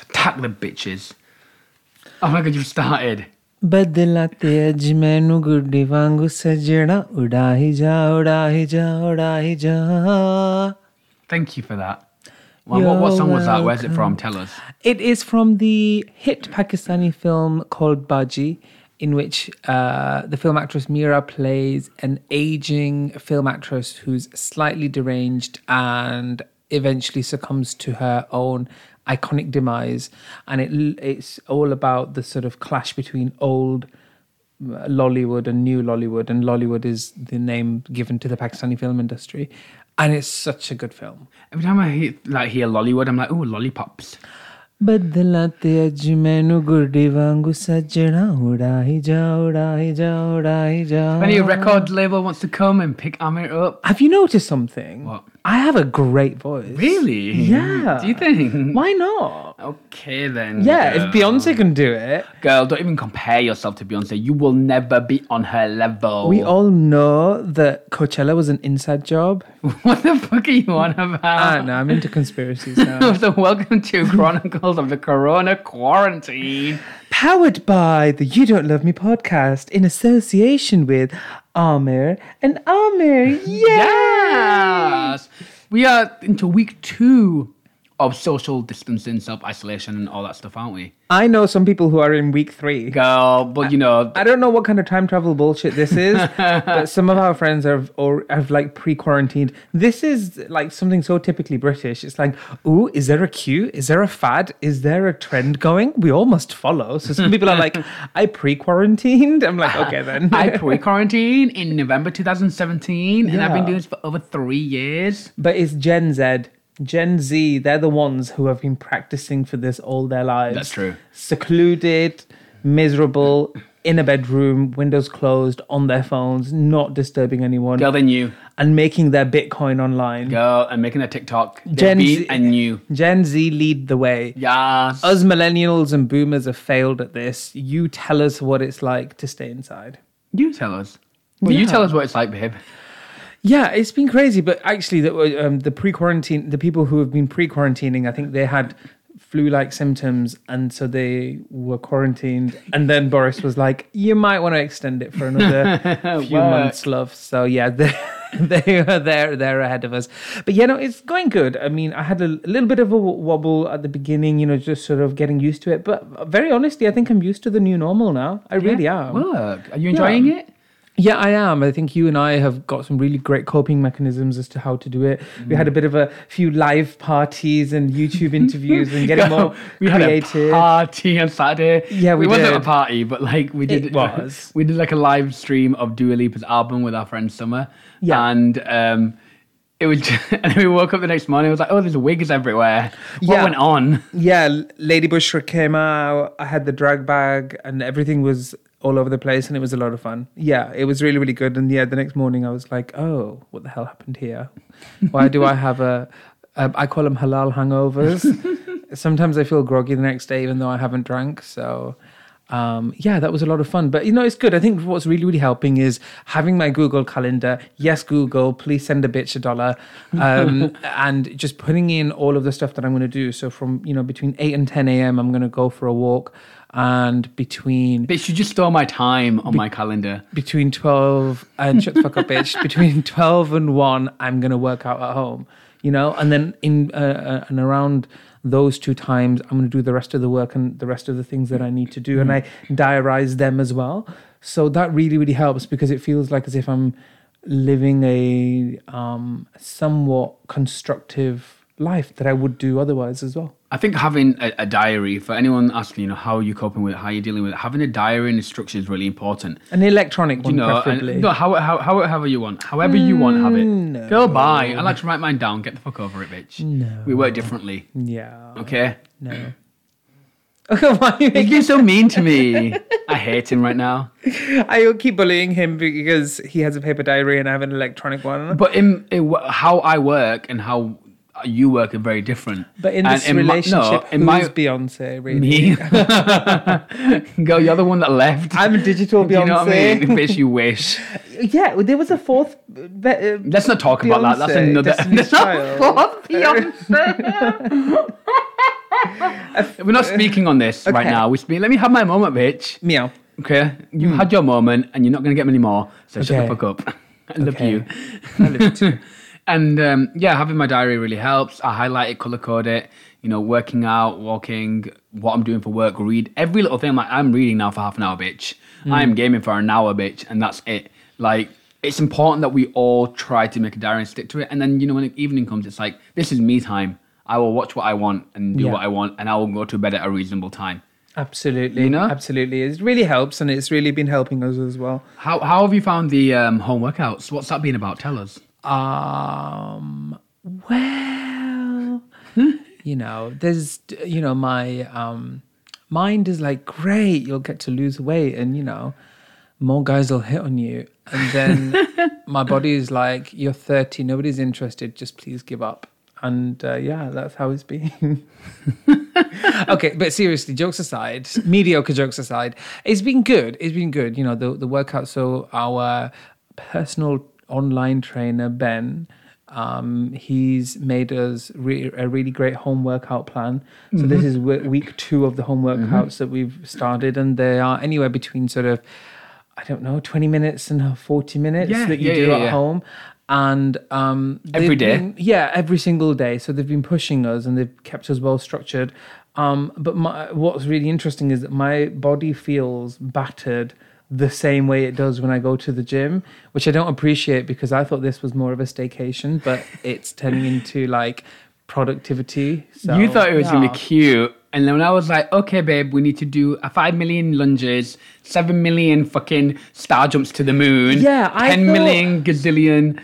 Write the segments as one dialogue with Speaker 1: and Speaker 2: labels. Speaker 1: Attack the bitches. Oh my god, you've started.
Speaker 2: ਬਦਲਾਤੇ ਅੱਜ ਮੈਨੂੰ ਗੁੱਡੀ ਵਾਂਗੂ ਸਜਣਾ ਉਡਾ ਹੀ ਜਾ ਉਡਾ ਹੀ ਜਾ ਉਡਾ ਹੀ ਜਾ
Speaker 1: Thank you for that. Well, what, what
Speaker 2: You're
Speaker 1: song was that? Where's it from? Tell us.
Speaker 2: It is from the hit Pakistani film called Baji, in which uh, the film actress Mira plays an aging film actress who's slightly deranged and eventually succumbs to her own iconic demise. And it it's all about the sort of clash between old. uh, Lollywood and New Lollywood, and Lollywood is the name given to the Pakistani film industry, and it's such a good film.
Speaker 1: Every time I hear, like hear Lollywood, I'm like, oh, lollipops.
Speaker 2: ਬਦਲਾਤੇ ਅੱਜ ਮੈਨੂੰ ਗੁਰਦੇ ਵਾਂਗੂ ਸੱਜਣਾ ਉਡਾ ਹੀ ਜਾ ਉਡਾ ਹੀ ਜਾ ਉਡਾ ਹੀ ਜਾ
Speaker 1: If any record
Speaker 2: Uh.
Speaker 1: label wants to come and pick Amir up,
Speaker 2: Have you noticed something?
Speaker 1: What?
Speaker 2: I have a great voice.
Speaker 1: really?
Speaker 2: Yeah.
Speaker 1: Do you think?
Speaker 2: Why not?
Speaker 1: Okay then.
Speaker 2: Yeah,
Speaker 1: girl.
Speaker 2: if Beyonce can do it,
Speaker 1: Girl, don't even compare yourself to Beyonce. You will never be on her level.
Speaker 2: we all know that Coachella was an inside job.
Speaker 1: What the fuck are you on about?
Speaker 2: Ah, no, I'm into conspiracies now.
Speaker 1: so welcome to Chronicles of the Corona Quarantine.
Speaker 2: Powered by the You Don't Love Me podcast in association with Amir and Amir. Yeah.
Speaker 1: Yes, we are into week two of social distancing, self isolation, and all that stuff, aren't we,
Speaker 2: I know some people who are in week three.
Speaker 1: girl? But you know,
Speaker 2: I don't know what kind of time travel bullshit this is, but some of our friends have or have like pre-quarantined. This is like something so typically British. It's like, ooh, is there a queue? Is there a fad? Is there a trend going? We all must follow. So some people are like, I pre-quarantined. I'm like, okay then.
Speaker 1: I pre quarantine in November 2017, and I've been
Speaker 2: Yeah.
Speaker 1: doing this for over three years.
Speaker 2: but it's Gen Z. Gen Z, they're the ones who have been practicing for this all their lives.
Speaker 1: That's true.
Speaker 2: Secluded, miserable, in a bedroom, windows closed, on their phones, not disturbing anyone.
Speaker 1: Girl, than you,
Speaker 2: and making their Bitcoin online.
Speaker 1: girl, and making a TikTok.
Speaker 2: Gen
Speaker 1: Gen
Speaker 2: Z-
Speaker 1: and you.
Speaker 2: Gen Z lead the way.
Speaker 1: Yes.
Speaker 2: Us millennials and boomers have failed at this. You tell us what it's like to stay inside.
Speaker 1: You tell us. Well, you
Speaker 2: Yeah.
Speaker 1: tell us what it's like, babe.
Speaker 2: Yeah, it's been crazy, but actually, the, um, the pre-quarantine, the people who have been pre-quarantining, I think they had flu-like symptoms, and so they were quarantined. And then Boris was like, "You might want to extend it for another few
Speaker 1: Work.
Speaker 2: months, love." So yeah, they they are there, they're ahead of us. But you know, it's going good. I mean, I had a, little bit of a wobble at the beginning, you know, just sort of getting used to it. But uh, very honestly, I think I'm used to the new normal now. I really am.
Speaker 1: Look, are you enjoying it?
Speaker 2: Yeah, I am. I think you and I have got some really great coping mechanisms as to how to do it. We had a bit of a few live parties and YouTube interviews and getting
Speaker 1: Girl,
Speaker 2: more
Speaker 1: we had a
Speaker 2: creative.
Speaker 1: party on Saturday.
Speaker 2: Yeah, we
Speaker 1: it wasn't a
Speaker 2: did.
Speaker 1: party, but like we did.
Speaker 2: It was.
Speaker 1: We did like a live stream of Dua Lipa's album with our friend Summer.
Speaker 2: Yeah.
Speaker 1: and um, it was. Just, and we woke up the next morning. It was like, oh, there's wigs everywhere. What
Speaker 2: Yeah.
Speaker 1: went on?
Speaker 2: yeah, L- Lady Bushra came out. I had the drag bag and everything was all over the place and it was a lot of fun. Yeah, it was really, really good. And yeah, the next morning I was like, oh, what the hell happened here? Why do I have a, a I call them halal hangovers. Sometimes I feel groggy the next day, even though I haven't drank. So um, yeah, that was a lot of fun. But you know, it's good. I think what's really, really helping is having my Google calendar. Yes, Google, please send a bitch a dollar. Um, and just putting in all of the stuff that I'm going to do. So from, you know, between 8 and 10 a.m., I'm going to go for a walk. And between
Speaker 1: Bitch, you just stole my time on my calendar.
Speaker 2: between 12 and shut the fuck up, bitch. Between 12 and 1, I'm going to work out at home, you know? And then in uh, uh, and around those two times, I'm going to do the rest of the work and the rest of the things that I need to do. And
Speaker 1: Mm.
Speaker 2: I diarize them as well. So that really, really helps because it feels like as if I'm living a um, somewhat constructive life that I would do otherwise as well.
Speaker 1: I think having a, a diary for anyone asking, you know, how are you coping with it, how are you dealing with it, having a diary and a structure is really important.
Speaker 2: An electronic one,
Speaker 1: you know, and-
Speaker 2: preferably. Mm,
Speaker 1: no, how, how, how, however you want, however you want, have it. Go by. I like to write mine down. Get the fuck over it, bitch.
Speaker 2: No.
Speaker 1: We work differently,
Speaker 2: yeah.
Speaker 1: okay?
Speaker 2: No. Why are you
Speaker 1: He's being so mean to me. I hate him right now.
Speaker 2: I will keep bullying him because he has a paper diary and I have an electronic one.
Speaker 1: But in, in wh- how I work and how you work are very different.
Speaker 2: But in
Speaker 1: And
Speaker 2: this
Speaker 1: my- no,
Speaker 2: relationship,
Speaker 1: in my-
Speaker 2: who's Beyonce? Really,
Speaker 1: me, girl, you're the one that left.
Speaker 2: I'm a digital Beyonce.
Speaker 1: Do you know what I mean? Bitch, you wish.
Speaker 2: Yeah, there was a fourth. uh, be- uh,
Speaker 1: Let's not talk about that. That's
Speaker 2: Beyonce,
Speaker 1: another.
Speaker 2: Destiny's
Speaker 1: That's not
Speaker 2: Child.
Speaker 1: for Beyonce. We're not speaking on this right
Speaker 2: Okay.
Speaker 1: now. We speak, let me have my moment, bitch.
Speaker 2: Meow.
Speaker 1: Okay, you've had your moment, and you're not going to get many more. So shut
Speaker 2: Hmm. Okay.
Speaker 1: the fuck up. I love
Speaker 2: Okay.
Speaker 1: you.
Speaker 2: I love you too.
Speaker 1: and um, yeah, having my diary really helps. I highlight it, color code it. You know, working out, walking, what I'm doing for work, read every little thing. Like I'm reading now for half an hour, bitch.
Speaker 2: Hmm.
Speaker 1: I am gaming for an hour, bitch, and that's it. Like it's important that we all try to make a diary and stick to it. And then you know, when the evening comes, it's like this is me time. I will watch what I want and do
Speaker 2: Yeah.
Speaker 1: what I want, and I will go to bed at a reasonable time.
Speaker 2: Absolutely.
Speaker 1: You know?
Speaker 2: Absolutely. It really helps and it's really been helping us as well.
Speaker 1: How, how have you found the um, home workouts? What's that been about? Tell us.
Speaker 2: Um, well, you know, there's, you know, my um, mind is like, great, you'll get to lose weight, and you know, more guys will hit on you, and then my body is like, you're 30, nobody's interested, just please give up. And uh, yeah, that's how it's been. okay, but seriously, jokes aside, mediocre jokes aside, it's been good. It's been good. You know, the the workout. So our personal online trainer Ben, um, he's made us re- a really great home workout plan. So
Speaker 1: Mm-hmm.
Speaker 2: this is we- week two of the home workouts that we've started, and they are anywhere between sort of. I don't know, 20 minutes and 40 minutes
Speaker 1: Yeah,
Speaker 2: that you
Speaker 1: yeah,
Speaker 2: do
Speaker 1: yeah,
Speaker 2: at
Speaker 1: yeah.
Speaker 2: home. And um,
Speaker 1: Every
Speaker 2: they've
Speaker 1: day?
Speaker 2: been- yeah, every single day. So they've been pushing us and they've kept us well structured. Um, but my, what's really interesting is that my body feels battered the same way it does when I go to the gym, which I don't appreciate because I thought this was more of a staycation, but it's turning into like productivity. So
Speaker 1: you thought it was going to
Speaker 2: yeah.
Speaker 1: be cute. And then when I was like, okay, babe, we need to do a 5 million lunges, 7 million fucking star jumps to the moon,
Speaker 2: Yeah, I
Speaker 1: 10
Speaker 2: thought-
Speaker 1: million gazillion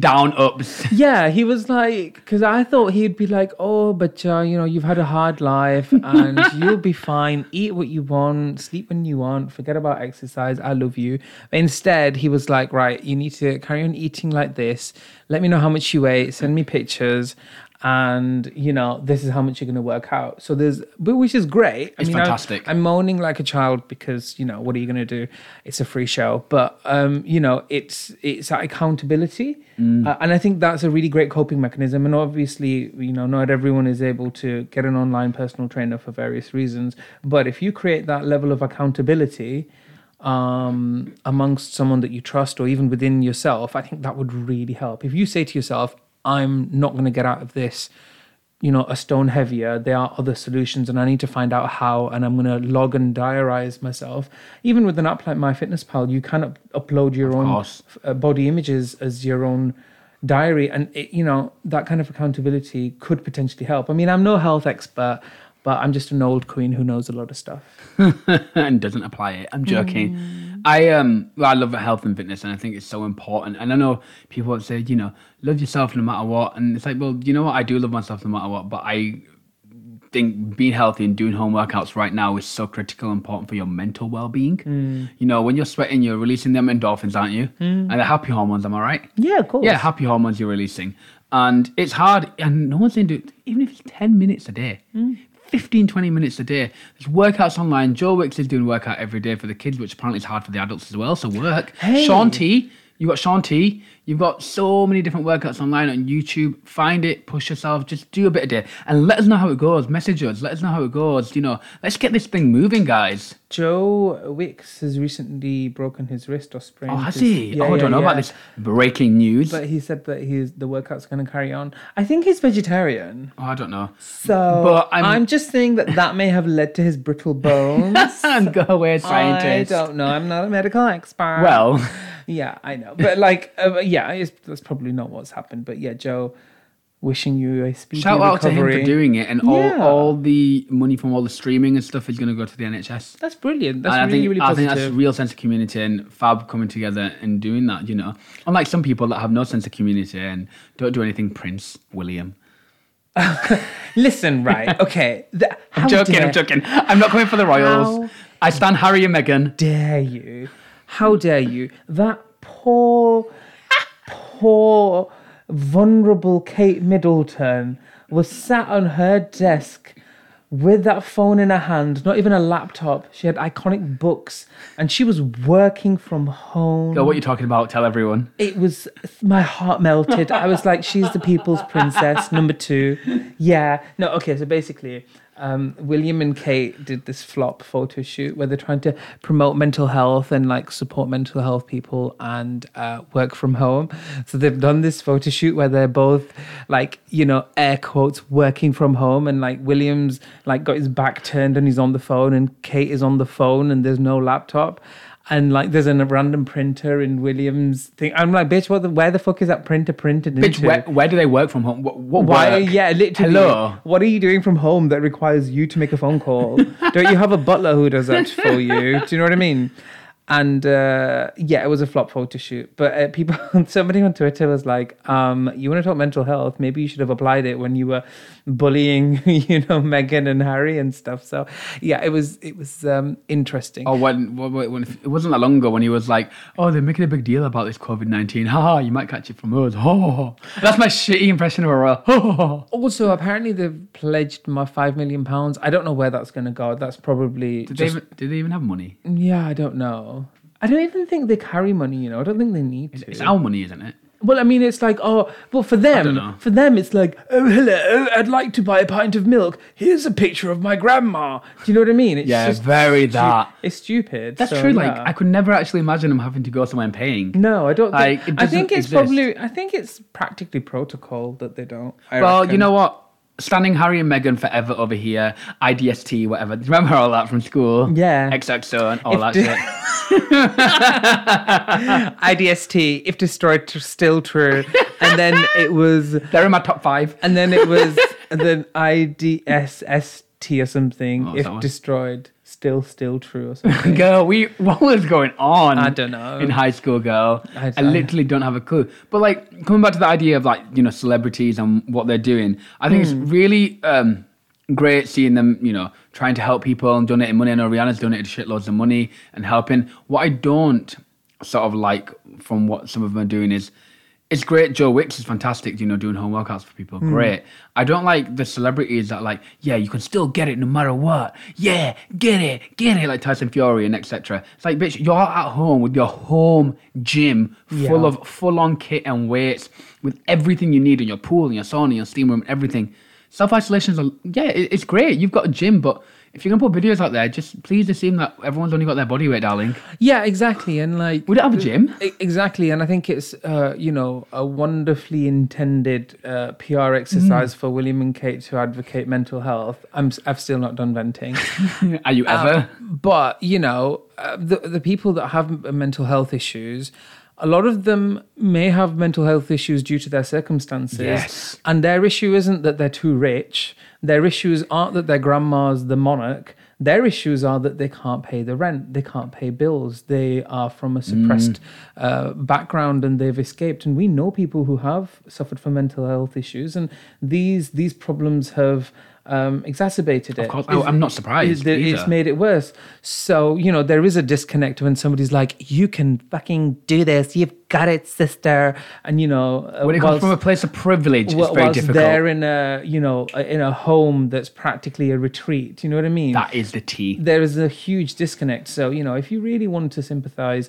Speaker 1: down ups.
Speaker 2: Yeah, he was like, because I thought he'd be like, oh, but uh, you know, you've had a hard life and you'll be fine. Eat what you want, sleep when you want, forget about exercise. I love you. But instead, he was like, right, you need to carry on eating like this. Let me know how much you ate, send me pictures. And you know, this is how much you're gonna work out. So there's, but which is great. I
Speaker 1: It's
Speaker 2: I-
Speaker 1: fantastic.
Speaker 2: I'm moaning like a child because you know what are you going to do? It's a free show, but um, you know it's it's that accountability, Uh, and I think that's a really great coping mechanism. And obviously, you know, not everyone is able to get an online personal trainer for various reasons, but if you create that level of accountability um, amongst someone that you trust, or even within yourself, I think that would really help. If you say to yourself, "I'm not going to get out of this." you know, a stone heavier. There are other solutions, and I need to find out how. And I'm going to log and diarize myself. Even with an app like MyFitnessPal, you can up- upload your own
Speaker 1: course.
Speaker 2: f- uh, body images as your own diary, and it, you know that kind of accountability could potentially help. I mean, I'm no health expert, but I'm just an old queen who knows a lot of stuff.
Speaker 1: and doesn't apply it. I'm joking. I um, well, I love health and fitness, and I think it's so important. And I know people would say, you know, love yourself no matter what, and it's like, well, you know what? I do love myself no matter what, but I think being healthy and doing home workouts right now is so critical and important for your mental well-being. You know, when you're sweating, you're releasing them endorphins, aren't you? And the happy hormones. Am I right?
Speaker 2: Yeah, of course.
Speaker 1: Yeah, happy hormones you're releasing. And it's hard, and no one's saying do it, even if it's 10 minutes a day,
Speaker 2: Hmm.
Speaker 1: 15, 20 minutes a day. There's workouts online. Joe Wicks is doing workout every day for the kids, which apparently is hard for the adults as well. So work.
Speaker 2: Hey.
Speaker 1: Sean T, you've got Sean T. You've got so many different workouts online on YouTube. Find it, push yourself, just do a bit a day. And let us know how it goes. Message us, let us know how it goes. You know, let's get this thing moving, guys.
Speaker 2: Joe Wicks has recently broken his wrist or sprained.
Speaker 1: Oh, has
Speaker 2: his-
Speaker 1: he?
Speaker 2: Yeah,
Speaker 1: oh, I don't
Speaker 2: yeah,
Speaker 1: know about
Speaker 2: yeah.
Speaker 1: this breaking news.
Speaker 2: But he said that he's the workout's going to carry on. I think he's vegetarian.
Speaker 1: oh, I don't know.
Speaker 2: So
Speaker 1: But I'm-
Speaker 2: I'm, just saying that that may have led to his brittle bones.
Speaker 1: Go away,
Speaker 2: I
Speaker 1: scientist.
Speaker 2: don't know. I'm not a medical expert.
Speaker 1: Well,
Speaker 2: yeah, I know, but like, uh, yeah, it's, that's probably not what's happened. But yeah, Joe, wishing you a speedy
Speaker 1: shout out to him
Speaker 2: recovery.
Speaker 1: for doing it, and
Speaker 2: Yeah.
Speaker 1: all all the money from all the streaming and stuff is going to go to the NHS.
Speaker 2: that's brilliant. That's
Speaker 1: and I
Speaker 2: really,
Speaker 1: think
Speaker 2: really
Speaker 1: I
Speaker 2: positive.
Speaker 1: think that's a real sense of community and Fab coming together and doing that. You know, unlike some people that have no sense of community and don't do anything. Prince William.
Speaker 2: Listen, right? Okay, Th-
Speaker 1: I'm
Speaker 2: how
Speaker 1: joking.
Speaker 2: dare-
Speaker 1: I'm joking. I'm not coming for the royals.
Speaker 2: How
Speaker 1: I stand Harry and Meghan.
Speaker 2: dare you? How dare you? That poor, poor, vulnerable Kate Middleton was sat on her desk with that phone in her hand, not even a laptop. She had iconic books and she was working from home.
Speaker 1: Girl, what are you talking about? Tell everyone.
Speaker 2: It was my heart melted. I was like, she's the people's princess, number two. Yeah. No, okay, so basically, Um, William and Kate did this flop photo shoot where they're trying to promote mental health and like support mental health people and uh, work from home. So they've done this photo shoot where they're both like, you know, air quotes working from home and like William's like got his back turned and he's on the phone and Kate is on the phone and there's no laptop and like there's a random printer in Williams thing. I'm like, bitch, what the, where the fuck is that printer printed into?
Speaker 1: Bitch, where, where do they work from home? What, what
Speaker 2: Why?
Speaker 1: work?
Speaker 2: Yeah, literally.
Speaker 1: Hello.
Speaker 2: What are you doing from home that requires you to make a phone call? Don't you have a butler who does that for you? Do you know what I mean? And uh, yeah, it was a flop photo shoot. But uh, people, somebody on Twitter was like, um, "You want to talk mental health? Maybe you should have applied it when you were bullying, you know, Meghan and Harry and stuff." So yeah, it was it was um, interesting.
Speaker 1: Or Oh, when, when, when it wasn't that long ago when he was like, "Oh, they're making a big deal about this COVID nineteen. Ha ha, you might catch it from us." Oh, that's my shitty impression of a royal. Oh,
Speaker 2: Also, apparently they've pledged my five million pounds. I don't know where that's going to go. That's probably
Speaker 1: did,
Speaker 2: just,
Speaker 1: they even, did they even have money?
Speaker 2: yeah. I don't know. I don't even think they carry money. You know, I don't think they need to.
Speaker 1: It's our money, isn't it?
Speaker 2: well, I mean, it's like oh, well for
Speaker 1: don't
Speaker 2: them,
Speaker 1: know.
Speaker 2: for them, it's like oh hello, I'd like to buy a pint of milk. Here's a picture of my grandma. Do you know what I mean? It's
Speaker 1: Yeah, very
Speaker 2: stu-
Speaker 1: that.
Speaker 2: It's stupid.
Speaker 1: That's
Speaker 2: so,
Speaker 1: true. Like
Speaker 2: yeah.
Speaker 1: I could never actually imagine them having to go somewhere and paying.
Speaker 2: no, I don't.
Speaker 1: Like,
Speaker 2: Think,
Speaker 1: it
Speaker 2: I think
Speaker 1: doesn't
Speaker 2: it's
Speaker 1: exist.
Speaker 2: probably. I think it's practically protocol that they don't. I
Speaker 1: well, you
Speaker 2: reckon.
Speaker 1: know what? Standing Harry and Meghan forever over here. IDST, whatever. Do you Remember all that from school?
Speaker 2: Yeah.
Speaker 1: XXO and all that
Speaker 2: do-
Speaker 1: shit.
Speaker 2: IDST, if destroyed, tr- still true. And then it was,
Speaker 1: They're in my top five.
Speaker 2: and then it was, and then IDSST or something,
Speaker 1: What was Oh, that
Speaker 2: if
Speaker 1: one?
Speaker 2: destroyed, still, still true or something.
Speaker 1: Girl, we what was going on?
Speaker 2: I don't know.
Speaker 1: In high school, girl,
Speaker 2: I
Speaker 1: I,
Speaker 2: don't-
Speaker 1: literally don't have a clue. But like coming back to the idea of like you know celebrities and what they're doing, I think it's really um, great seeing them you know trying to help people and donating money. I know Rihanna's donated shitloads of money and helping. What I don't sort of like from what some of them are doing is. It's great. Joe Wicks is fantastic, you know, doing home workouts for people. Great. I don't like the celebrities that like, yeah, you can still get it no matter what. Yeah, get it, get it, like Tyson Fury and etc. It's like, bitch, you're at home with your home gym full
Speaker 2: Yeah.
Speaker 1: of full-on kit and weights with everything you need in your pool and your sauna and your steam room and everything. Self-isolation is, a, yeah, it, it's great. You've got a gym, but if you're gonna put videos out there, just please assume that everyone's only got their body weight, darling.
Speaker 2: Yeah, exactly. And like,
Speaker 1: We don't have a gym.
Speaker 2: E- Exactly, and I think it's uh, you know a wonderfully intended uh, PR
Speaker 1: Mm.
Speaker 2: exercise for William and Kate to advocate mental health. I'm s- I've still not done venting,
Speaker 1: Are you
Speaker 2: Um,
Speaker 1: ever?
Speaker 2: but you know uh, the the people that have m- mental health issues a lot of them may have mental health issues due to their circumstances
Speaker 1: Yes.
Speaker 2: and their issue isn't that they're too rich their issues aren't that their grandma's the monarch their issues are that they can't pay the rent they can't pay bills they are from a
Speaker 1: Mm.
Speaker 2: suppressed uh, background and they've escaped and we know people who have suffered from mental health issues and these these problems have um, exacerbated it
Speaker 1: Of course, I, am not surprised.
Speaker 2: is that
Speaker 1: either.
Speaker 2: it's made it worse. So, you know, there is a disconnect when somebody's like, you can fucking do this. You've got it, sister. And, you know, uh,
Speaker 1: when it comes
Speaker 2: whilst,
Speaker 1: from a place of privilege,
Speaker 2: wh-
Speaker 1: it's very
Speaker 2: whilst
Speaker 1: difficult.
Speaker 2: they're in a, you know, uh, in a home that's practically a retreat. You know what I mean?
Speaker 1: That is the tea.
Speaker 2: there is a huge disconnect. So, you know, if you really want to sympathize,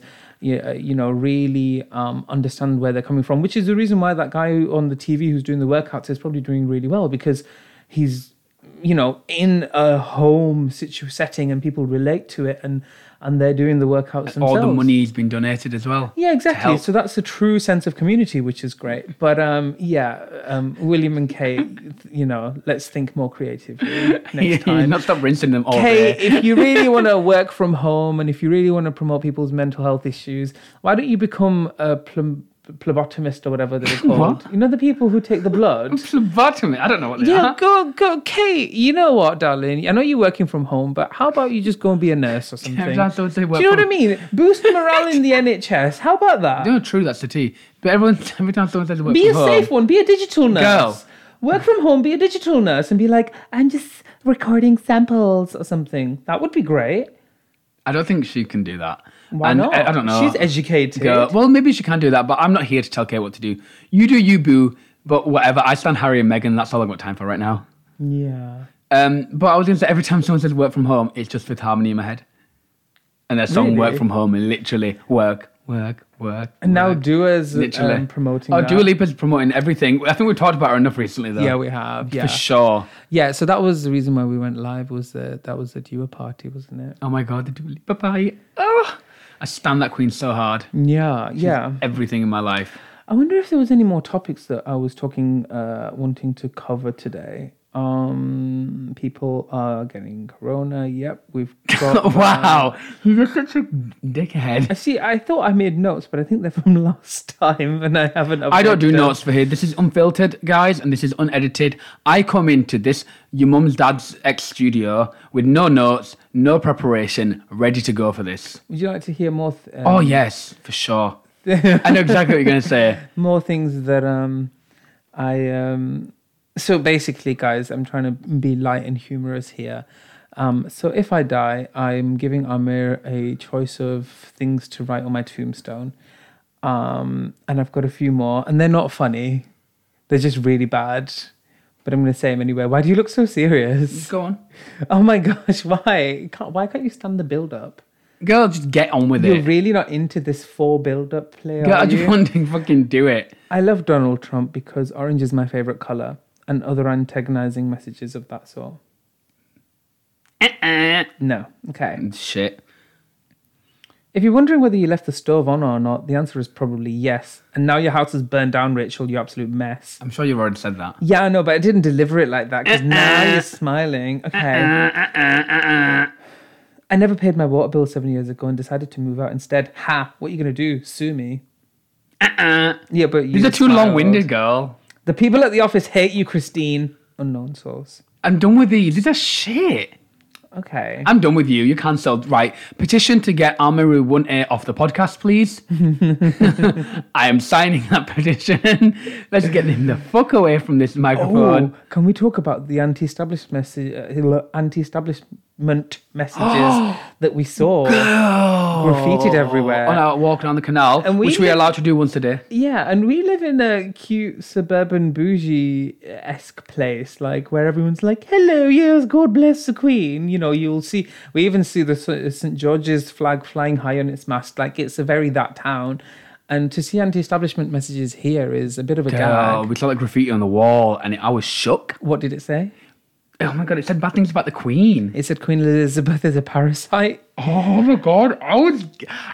Speaker 2: you, uh, you know, really um, understand where they're coming from, which is the reason why that guy who- on the TV who's doing the workouts is probably doing really well because he's, you know, in a home situ- setting and people relate to it and, and they're doing the workouts themselves.
Speaker 1: All the money's been donated as well.
Speaker 2: Yeah,
Speaker 1: to
Speaker 2: exactly.
Speaker 1: help.
Speaker 2: So that's a true sense of community, which is great. But um, yeah, um, William and Kate, you know, let's think more creatively next time.
Speaker 1: Not stop rinsing them all
Speaker 2: Hey,
Speaker 1: day.
Speaker 2: if you really want to work from home and if you really want to promote people's mental health issues, why don't you become a plum- phlebotomist or whatever they're called?
Speaker 1: What?
Speaker 2: You know the people who take the blood. Uh-huh.
Speaker 1: Phlebotomy. I don't know what they
Speaker 2: yeah,
Speaker 1: are.
Speaker 2: go, go, Kate. You know what, darling? I know you're working from home, but how about you just go and be a nurse or something?
Speaker 1: Yeah, that's what they
Speaker 2: Do
Speaker 1: work
Speaker 2: you know what I
Speaker 1: from.
Speaker 2: mean? Boost morale in the NHS. How about that?
Speaker 1: No, true, that's the tea. But everyone, every time someone says work
Speaker 2: Be a
Speaker 1: from home,
Speaker 2: safe one. Be a digital nurse.
Speaker 1: Girl.
Speaker 2: Work from home. Be a digital nurse and be like, I'm just recording samples or something. That would be great.
Speaker 1: I don't think she can do that.
Speaker 2: Why
Speaker 1: And uh,
Speaker 2: not?
Speaker 1: I, I don't know.
Speaker 2: She's educated.
Speaker 1: Girl, well, maybe she can do that, but I'm not here to tell Kate what to do. You do you, boo. But whatever. I stand Harry and Meghan. That's all I've got time for right now.
Speaker 2: Yeah.
Speaker 1: Um, but I was going to say, every time someone says work from home, it's just Fifth Harmony in my head. And their song
Speaker 2: Really?
Speaker 1: Work From Home, and literally work, work, work.
Speaker 2: And now
Speaker 1: work.
Speaker 2: Dua's
Speaker 1: Literally.
Speaker 2: um, promoting.
Speaker 1: Oh,
Speaker 2: that.
Speaker 1: Dua Lipa's promoting everything. I think we've talked about her enough recently, though.
Speaker 2: Yeah, we have. Yeah,
Speaker 1: For sure.
Speaker 2: yeah. So that was the reason why we went live. Was that that was the Dua party, wasn't it?
Speaker 1: Oh my God, the Dua Lipa pie. Oh, I stand that queen so hard.
Speaker 2: Yeah, yeah.
Speaker 1: Everything in my life.
Speaker 2: I wonder if there was any more topics that I was talking, uh, wanting to cover today. Um, people are getting corona. Yep, we've got.
Speaker 1: wow. You're such a dickhead.
Speaker 2: I see. I thought I made notes, but I think they're from last time, and I haven't.
Speaker 1: I don't
Speaker 2: updated
Speaker 1: do
Speaker 2: them.
Speaker 1: notes for here. This is unfiltered, guys, and this is unedited. I come into this your mum's dad's ex studio with no notes, no preparation, ready to go for this.
Speaker 2: Would you like to hear more? Th- um,
Speaker 1: Oh yes, for sure. I know exactly what you're gonna say.
Speaker 2: more things that um I um so basically guys I'm trying to be light and humorous here. Um so if I die I'm giving Amir a choice of things to write on my tombstone. Um and I've got a few more and they're not funny. They're just really bad. But I'm going to say them anyway. Why do you look so serious?
Speaker 1: Go on,
Speaker 2: Oh my gosh, why? Can't, why can't you stand the build up?
Speaker 1: girl. Just get on with
Speaker 2: You're
Speaker 1: it.
Speaker 2: really not into this four build up play.
Speaker 1: Girl, I
Speaker 2: are
Speaker 1: just
Speaker 2: you?
Speaker 1: want to fucking do it.
Speaker 2: I love Donald Trump because orange is my favorite color and other antagonizing messages of that sort.
Speaker 1: Uh-uh.
Speaker 2: No. Okay.
Speaker 1: Shit.
Speaker 2: If you're wondering whether you left the stove on or not, the answer is probably yes. And now your house is burned down, Rachel, you absolute mess.
Speaker 1: I'm sure you've already said that.
Speaker 2: Yeah, I know, but I didn't deliver it like that because
Speaker 1: Uh-uh.
Speaker 2: now you're smiling. Okay.
Speaker 1: uh-uh.
Speaker 2: I never paid my water bill seven years ago and decided to move out instead. Ha! What are you going to do? Sue me. Yeah, but you
Speaker 1: Uh-uh. These are too
Speaker 2: smiled.
Speaker 1: long-winded, girl.
Speaker 2: The people at the office hate you, Christine. Unknown source.
Speaker 1: I'm done with these. These are shit.
Speaker 2: Okay.
Speaker 1: I'm done with you. You're cancelled. Right. Petition to get Amaru 1A off the podcast, please. I am signing that petition. Let's get him the fuck away from this microphone.
Speaker 2: Oh, can we talk about the anti-establishment message, uh, anti-establishment messages that we saw Oh. graffitied everywhere?
Speaker 1: Oh. On our walk down the canal,
Speaker 2: And we
Speaker 1: which we are
Speaker 2: did-
Speaker 1: allowed to do once a day.
Speaker 2: yeah, and we live in a cute suburban bougie-esque place, like where everyone's like, "Hello, yes, God bless the Queen." You know, you'll see. We even see the S- St George's flag flying high on its mast, like it's a very that town. And to see anti-establishment messages here is a bit of a
Speaker 1: Girl,
Speaker 2: gag.
Speaker 1: we saw like graffiti on the wall, and it, I was shook.
Speaker 2: What did it say?
Speaker 1: Oh my god, it said bad things about the Queen.
Speaker 2: It said Queen Elizabeth is a parasite.
Speaker 1: Oh my god, I was,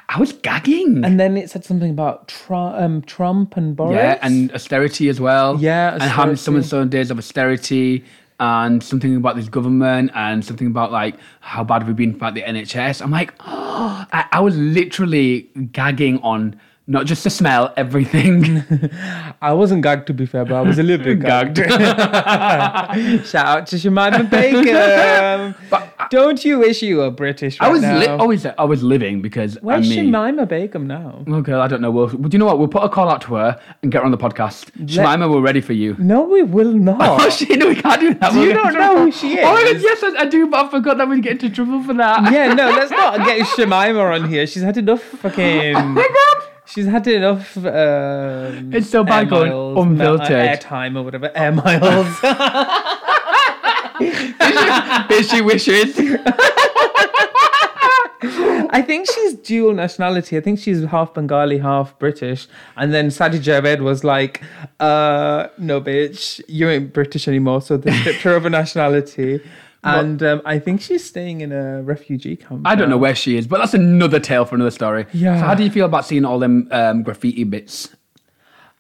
Speaker 1: I was gagging.
Speaker 2: And then it said something about Tru- um, Trump and Boris.
Speaker 1: Yeah, and austerity as well.
Speaker 2: Yeah,
Speaker 1: and having some and
Speaker 2: austerity.
Speaker 1: some days of austerity, and something about this government, and something about like how bad we've been about the NHS. I'm like, oh, I, I was literally gagging on not just the smell, everything.
Speaker 2: I wasn't gagged to be fair, but I was a little bit gagged. Shout out to Shemima Baker.
Speaker 1: But
Speaker 2: Don't you wish you were British?
Speaker 1: I
Speaker 2: right
Speaker 1: was
Speaker 2: now?
Speaker 1: li- always I was living because
Speaker 2: Where's
Speaker 1: I mean,
Speaker 2: Shemima Baker now?
Speaker 1: Oh girl, I don't know. We'll, do you know what? We'll put a call out to her and get her on the podcast. Jemima, we're ready for you.
Speaker 2: No, we will
Speaker 1: Oh,
Speaker 2: not.
Speaker 1: shit, no, we can't do that.
Speaker 2: Do you
Speaker 1: We'll get
Speaker 2: not
Speaker 1: in
Speaker 2: know who
Speaker 1: trouble.
Speaker 2: she
Speaker 1: Oh my god,
Speaker 2: is?
Speaker 1: yes, I, I do, but I forgot that we'd get into trouble for that.
Speaker 2: yeah, no, let's not get Shemima on here. She's had enough fucking.
Speaker 1: God.
Speaker 2: She's had enough. Um,
Speaker 1: It's so bad
Speaker 2: air
Speaker 1: going
Speaker 2: miles,
Speaker 1: unfiltered.
Speaker 2: air time or whatever. Air miles.
Speaker 1: Bitchy wishes.
Speaker 2: I think she's dual nationality. I think she's half Bengali, half British. And then Sadi Javed was like, uh, no, bitch, you ain't British anymore. So they stripped her of her nationality. And um, I think she's staying in a refugee camp.
Speaker 1: I don't
Speaker 2: now.
Speaker 1: know where she is, but that's another tale for another story.
Speaker 2: Yeah.
Speaker 1: So how do you feel about seeing all them um, graffiti bits?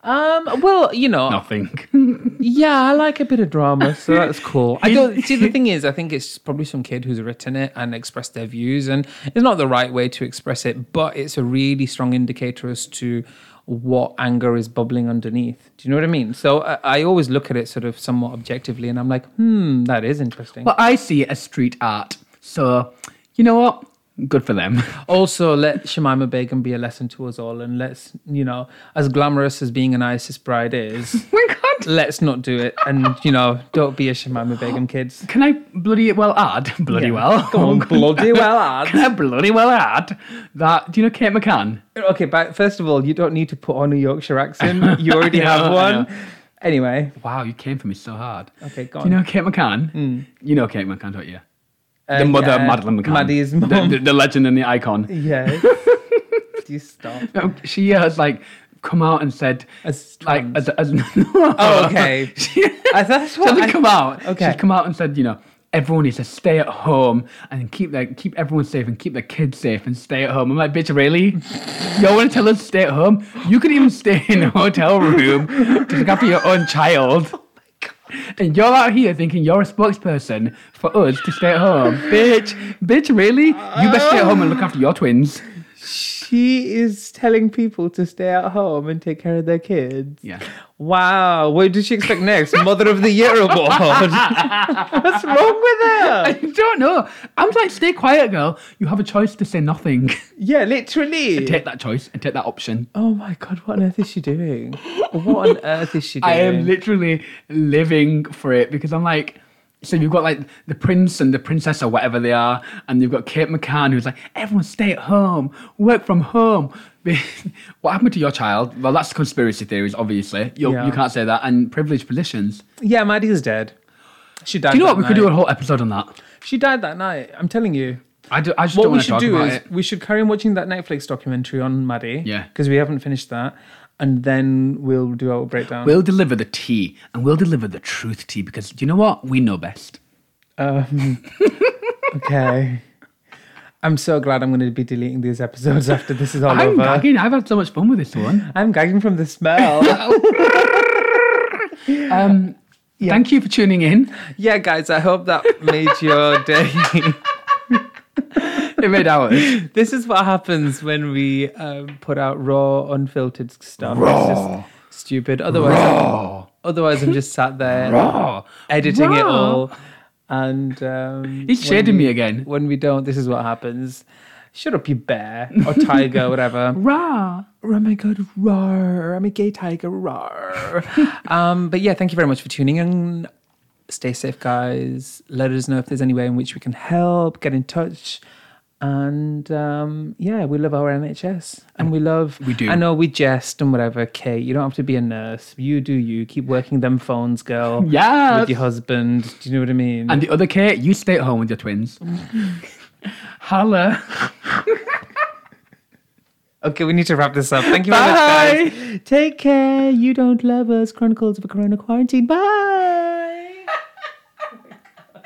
Speaker 2: Um, well, you know,
Speaker 1: Nothing.
Speaker 2: yeah, I like a bit of drama, so that's cool. I don't see the thing is, I think it's probably some kid who's written it and expressed their views, and it's not the right way to express it, but it's a really strong indicator as to what anger is bubbling underneath. Do you know what I mean? So I, I always look at it sort of somewhat objectively, and I'm like, hmm, that is interesting.
Speaker 1: but I see it as street art. So, you know what? Good for them.
Speaker 2: Oh also let Shemima Begum be a lesson to us all, and let's you know, as glamorous as being an ISIS bride is.
Speaker 1: my God.
Speaker 2: Let's not do it, and you know, don't be a Shemima Begum, kids.
Speaker 1: Can I bloody well add? Bloody well.
Speaker 2: Go on, bloody well, ads.
Speaker 1: Can I bloody well add that? Do you know Kate McCann?
Speaker 2: Okay, but first of all, you don't need to put on a Yorkshire accent. You already
Speaker 1: I
Speaker 2: have
Speaker 1: know, I
Speaker 2: one. Anyway,
Speaker 1: Wow, you came for me so hard.
Speaker 2: okay, go
Speaker 1: Do
Speaker 2: on.
Speaker 1: you know Kate McCann? You know Kate McCann, don't you?
Speaker 2: Hmm. Uh,
Speaker 1: the mother
Speaker 2: yeah,
Speaker 1: of Madeline McCann.
Speaker 2: Maddie's
Speaker 1: The-
Speaker 2: mum.
Speaker 1: the- the legend and the icon.
Speaker 2: Yeah. you stop.
Speaker 1: No, she has like come out and said
Speaker 2: As
Speaker 1: like
Speaker 2: trans.
Speaker 1: as, as
Speaker 2: Oh, okay.
Speaker 1: she,
Speaker 2: I- that's
Speaker 1: she
Speaker 2: what
Speaker 1: hasn't
Speaker 2: I-
Speaker 1: come out.
Speaker 2: Okay.
Speaker 1: She's come out and said, you know, everyone needs to stay at home and keep like keep everyone safe and keep the kids safe and stay at home. I'm like, bitch, really? you want to tell us to stay at home? You could even stay in a hotel room to look after your own child.
Speaker 2: Oh
Speaker 1: And you're out here thinking you're a spokesperson for us to stay at home. bitch, bitch, really? You best stay at home and look after your twins.
Speaker 2: She is telling people to stay at home and take care of their kids.
Speaker 1: Yeah.
Speaker 2: Wow. What did she expect next? Mother of the Year award. What's wrong with
Speaker 1: I
Speaker 2: her?
Speaker 1: don't know. I'm like, stay quiet, girl. You have a choice to say nothing.
Speaker 2: Yeah, literally.
Speaker 1: take that choice and take that option.
Speaker 2: Oh my god, what on earth is she doing? What on earth is she doing?
Speaker 1: I am literally living for it because I'm like, so you've got like the prince and the princess or whatever they are, and you've got Kate McCann who's like, everyone stay at home, work from home. what happened to your child? Well, that's conspiracy theories, obviously. You
Speaker 2: Yeah.
Speaker 1: you can't say that. And privileged positions.
Speaker 2: yeah, Maddie's dead. She died.
Speaker 1: Do you know
Speaker 2: that
Speaker 1: what? We could
Speaker 2: night.
Speaker 1: do a whole episode on that.
Speaker 2: She died that night. I'm telling you.
Speaker 1: I, do, I just
Speaker 2: What
Speaker 1: don't
Speaker 2: we
Speaker 1: want to
Speaker 2: should
Speaker 1: talk
Speaker 2: do
Speaker 1: about
Speaker 2: is
Speaker 1: it.
Speaker 2: we should carry on watching that Netflix documentary on Maddie.
Speaker 1: Yeah.
Speaker 2: Because we haven't finished that, and then we'll do our breakdown.
Speaker 1: We'll deliver the tea and we'll deliver the truth tea because you know what? We know best.
Speaker 2: Um, okay. I'm so glad I'm going to be deleting these episodes after this is all
Speaker 1: I'm
Speaker 2: over.
Speaker 1: gagging. I've had so much fun with this one.
Speaker 2: I'm gagging from the smell.
Speaker 1: Um, Thank you for tuning in.
Speaker 2: yeah, guys, I hope that made your day.
Speaker 1: It made ours.
Speaker 2: this is what happens when we um, put out raw, unfiltered stuff. It's just stupid. Otherwise,
Speaker 1: Raw.
Speaker 2: otherwise I'm just sat there
Speaker 1: Raw.
Speaker 2: editing it
Speaker 1: Raw.
Speaker 2: all. And um,
Speaker 1: He's
Speaker 2: when
Speaker 1: shading
Speaker 2: we-
Speaker 1: me again.
Speaker 2: When we don't, this is what happens. Shut up, you bear or tiger, whatever.
Speaker 1: Raw.
Speaker 2: oh my god, roar! I'm a gay tiger, roar! um, but yeah, thank you very much for tuning in. Stay safe, guys. Let us know if there's any way in which we can help. Get in touch, and um, yeah, we love our NHS, and we love.
Speaker 1: We do.
Speaker 2: I know we jest and whatever. Kate, you don't have to be a nurse. You do you. Keep working them phones, girl.
Speaker 1: Yes.
Speaker 2: With your husband. Do you know what I mean?
Speaker 1: And the other Kate, you stay at home with your twins. Holla.
Speaker 2: Okay, we need to wrap this up. Thank you very much, guys. Take care. You don't love us. Chronicles of a Corona Quarantine. Bye.